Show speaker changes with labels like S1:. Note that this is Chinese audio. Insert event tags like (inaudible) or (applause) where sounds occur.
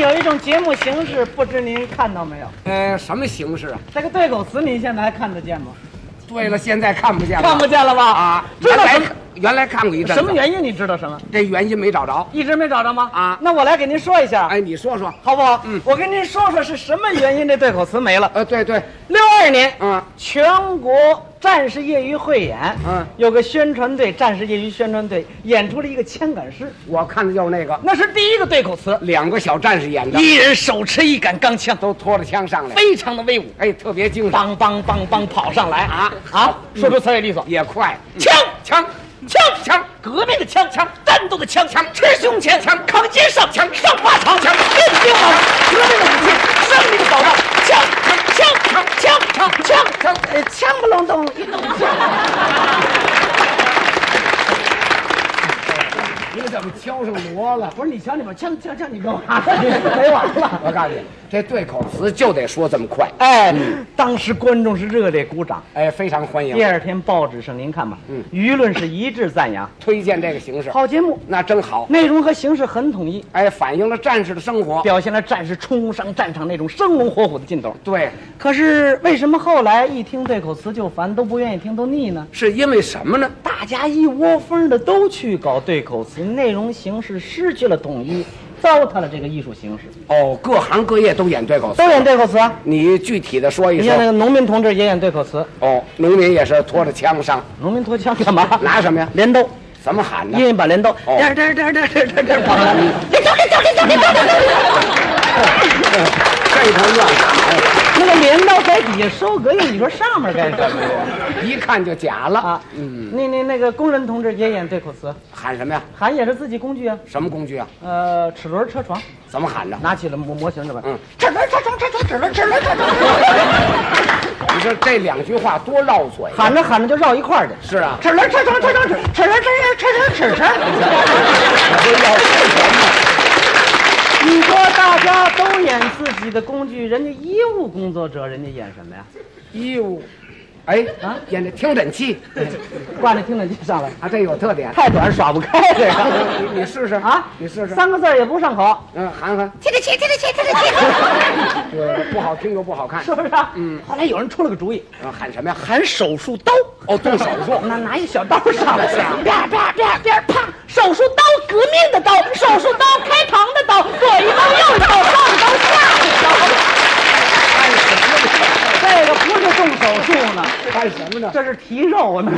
S1: 有一种节目形式，不知您看到没有？
S2: 嗯、什么形式啊？
S1: 这个对口词您现在还看得见吗？
S2: 对了，现在看不见了，
S1: 看不见了吧？
S2: 啊！
S1: 知
S2: 原
S1: 道
S2: 来
S1: 什么
S2: 原来看过一阵子，
S1: 什么原因？你知道什么？
S2: 这原因没找着。
S1: 一直没找着吗？
S2: 啊
S1: 那我来给您说一下，
S2: 哎，你说说。
S1: 好不好？
S2: 嗯
S1: 我跟您说说是什么原因这对口词没了。
S2: 呃，对对，
S1: 六二年，
S2: 嗯，
S1: 全国战士业余汇演，
S2: 嗯
S1: 有个宣传队，战士业余宣传队演出了一个牵杆诗，
S2: 我看的就是那个
S1: 那是第一个对口词，
S2: 两个小战士演的，
S1: 一人手持一杆钢枪，
S2: 都拖着枪上来，
S1: 非常的威武，
S2: 哎，特别精神，
S1: 梆梆梆梆跑上来啊啊
S2: 好，
S1: 说出词也利索，
S2: 也快。
S1: 枪
S2: 枪
S1: 枪
S2: 枪
S1: 革命的枪枪，战斗的枪
S2: 枪
S1: 吃胸前
S2: 枪
S1: 扛肩上
S2: 枪
S1: 上法场
S2: 枪
S1: 练兵王，革命的武器，胜利的保障，枪枪枪枪枪枪枪，呃，枪不隆咚，一咚枪。
S2: 你怎么敲上锣了？
S1: 不是你瞧你把枪枪枪，你干嘛？ (laughs) 没完了。
S2: (laughs) 我告诉你，这对口词就得说这么快，
S1: 哎，当时观众是热烈鼓掌。
S2: 哎，非常欢
S1: 第
S2: 迎，
S1: 二天报纸上您看吧，
S2: 嗯
S1: 舆论是一致赞扬，
S2: 推荐这个形式，
S1: 好节目，
S2: 那真好，
S1: 内容和形式很统一，
S2: 哎，反映了战士的生活。
S1: 表现了战士冲上战场那种生龙活虎的劲头。
S2: 对，
S1: 可是为什么后来一听对口词就烦，都不愿意听，都腻呢？
S2: 是因为什么呢？
S1: 大家一窝蜂的都去搞对口词，内容形式失去了统一，糟蹋了这个艺术形式。
S2: 哦，各行各业都演对口词，
S1: 都演对口词啊！
S2: 你具体的说一
S1: 你像那个
S2: 说。
S1: 农民同志也演对口词，
S2: 哦，农民也是拖着枪上，
S1: 农民拖枪干嘛？
S2: 拿什么呀？
S1: 镰刀，
S2: 怎么喊
S1: 一
S2: 呢？
S1: 人一把镰刀，
S2: 哦
S1: 颠儿颠儿颠儿颠儿颠儿颠儿颠儿跑上来，镰刀镰刀镰刀镰刀镰刀，
S2: 这一头乱喊，
S1: 那个镰刀在底下收隔音，你说上面干什么呀？
S2: 一看就假了
S1: 啊，
S2: 嗯，
S1: 那那那个工人同志也演对口词，
S2: 喊什么呀？
S1: 喊也是自己工具啊，
S2: 什么工具啊？
S1: 呃，齿轮车床，
S2: 怎么喊的？
S1: 拿起了模模型这边，
S2: 嗯
S1: 齿轮车床车床齿轮齿轮车床，
S2: 你说这两句话多绕嘴。
S1: 喊着喊着就绕一块儿去，
S2: 是啊，
S1: 齿轮车床车床齿齿轮齿轮齿轮齿轮，
S2: 这绕什
S1: 你说大家都演自己的工具，人家医务工作者人家演什么呀？
S2: 么？义务，哎
S1: 啊，
S2: 演这听诊器
S1: 挂着听诊器上来，
S2: 啊，这有特点。
S1: 太短耍不开这个。
S2: 你你试试
S1: 啊，
S2: 你试试。
S1: 三个字儿也不上口，
S2: 嗯，喊喊，
S3: 踢着踢，踢着踢，踢着踢。
S2: 对，不好听又不好看。
S1: 啊是不是？嗯。后来有人出了个主意，
S2: 啊喊什么呀？
S1: 喊手术刀，
S2: 哦，动手术。
S1: 拿拿一小刀上来，啪啪啪啪啪，手术刀，革命的刀，手术刀，开膛的刀，左一刀，右一刀，上一刀，下一刀。
S2: 干什么呢？
S1: 这个不是动手术呢，
S2: 干什么呢？
S1: 这是提肉呢。